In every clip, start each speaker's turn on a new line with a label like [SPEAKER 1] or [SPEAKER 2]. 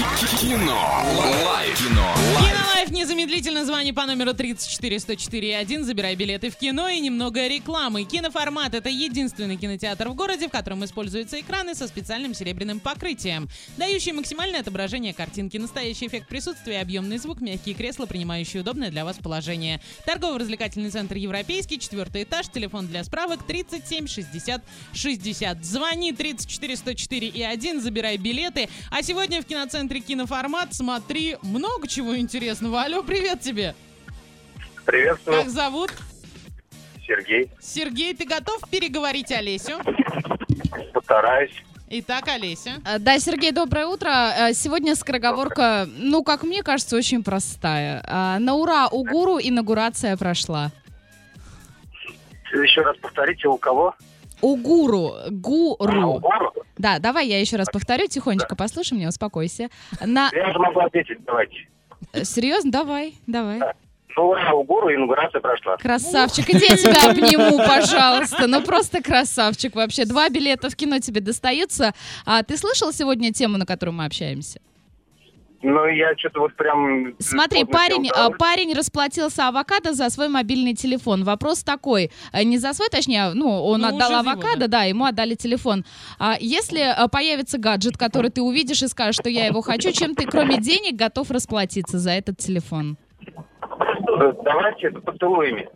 [SPEAKER 1] Кино. Лайф. Кино.
[SPEAKER 2] Кинолайф незамедлительно звони по номеру 34104.1, забирай билеты в кино и немного рекламы. Киноформат — это единственный кинотеатр в городе, в котором используются экраны со специальным серебряным покрытием, дающие максимальное отображение картинки, настоящий эффект присутствия, объемный звук, мягкие кресла, принимающие удобное для вас положение. Торгово-развлекательный центр «Европейский», четвертый этаж, телефон для справок 37 60 60. Звони 34104 и 1, забирай билеты. А сегодня в киноцентре «Киноформат» смотри много чего интересного. Алло, привет тебе!
[SPEAKER 3] Приветствую,
[SPEAKER 2] Как зовут?
[SPEAKER 3] Сергей.
[SPEAKER 2] Сергей, ты готов переговорить Олесю?
[SPEAKER 3] Постараюсь.
[SPEAKER 2] Итак, Олеся.
[SPEAKER 4] Э, Да, Сергей, доброе утро. Э, Сегодня скороговорка, ну, как мне кажется, очень простая. А, На ура у гуру инаугурация прошла.
[SPEAKER 3] Еще раз повторите, у кого? А,
[SPEAKER 4] У гуру,
[SPEAKER 3] У
[SPEAKER 4] гуру.
[SPEAKER 3] Гуру?
[SPEAKER 4] Да, давай я еще раз повторю, тихонечко послушай меня, успокойся. На...
[SPEAKER 3] Я уже могу ответить, давайте.
[SPEAKER 4] э, Серьезно? Давай, давай.
[SPEAKER 3] Ну, ура, у гуру инаугурация прошла.
[SPEAKER 4] Красавчик, иди я тебя обниму, пожалуйста. Ну просто красавчик вообще. Два билета в кино тебе достаются. А ты слышал сегодня тему, на которую мы общаемся?
[SPEAKER 3] Ну, я что-то вот прям...
[SPEAKER 4] Смотри,
[SPEAKER 3] вот на
[SPEAKER 4] парень,
[SPEAKER 3] тему,
[SPEAKER 4] а,
[SPEAKER 3] да.
[SPEAKER 4] парень расплатился авокадо за свой мобильный телефон. Вопрос такой, э, не за свой, точнее, ну, он
[SPEAKER 2] Ну,
[SPEAKER 4] отдал
[SPEAKER 2] уже за его,
[SPEAKER 4] авокадо, да. ему отдали телефон. А если э, появится гаджет, который ты увидишь и скажешь, что я его хочу, чем ты, кроме денег, готов расплатиться за этот телефон?
[SPEAKER 3] Давайте это поцелуями.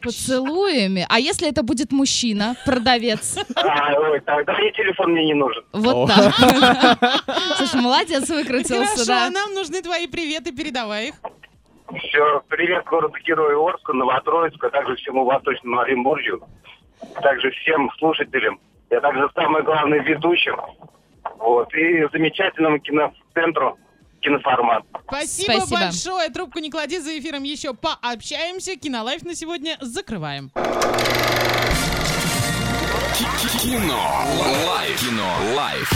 [SPEAKER 4] Поцелуями. А если это будет мужчина, продавец?
[SPEAKER 3] А, ой, тогда и телефон мне не нужен.
[SPEAKER 4] Вот
[SPEAKER 5] О.
[SPEAKER 4] так. Слушай, молодец, выкрутился,
[SPEAKER 2] Хорошо,
[SPEAKER 4] да.
[SPEAKER 2] а нам нужны твои приветы, передавай их.
[SPEAKER 3] Все, привет городу Герою Орску, Новотроицку, а также всему Восточному Оренбуржью, а также всем слушателям. Я также самый главный ведущим. Вот, и замечательному киноцентру киноформат.
[SPEAKER 2] Спасибо,
[SPEAKER 4] Спасибо.
[SPEAKER 2] большое. Трубку не клади за эфиром еще пообщаемся. Кинолайф на сегодня закрываем.
[SPEAKER 1] Кино. Лайф. Кино. Лайф.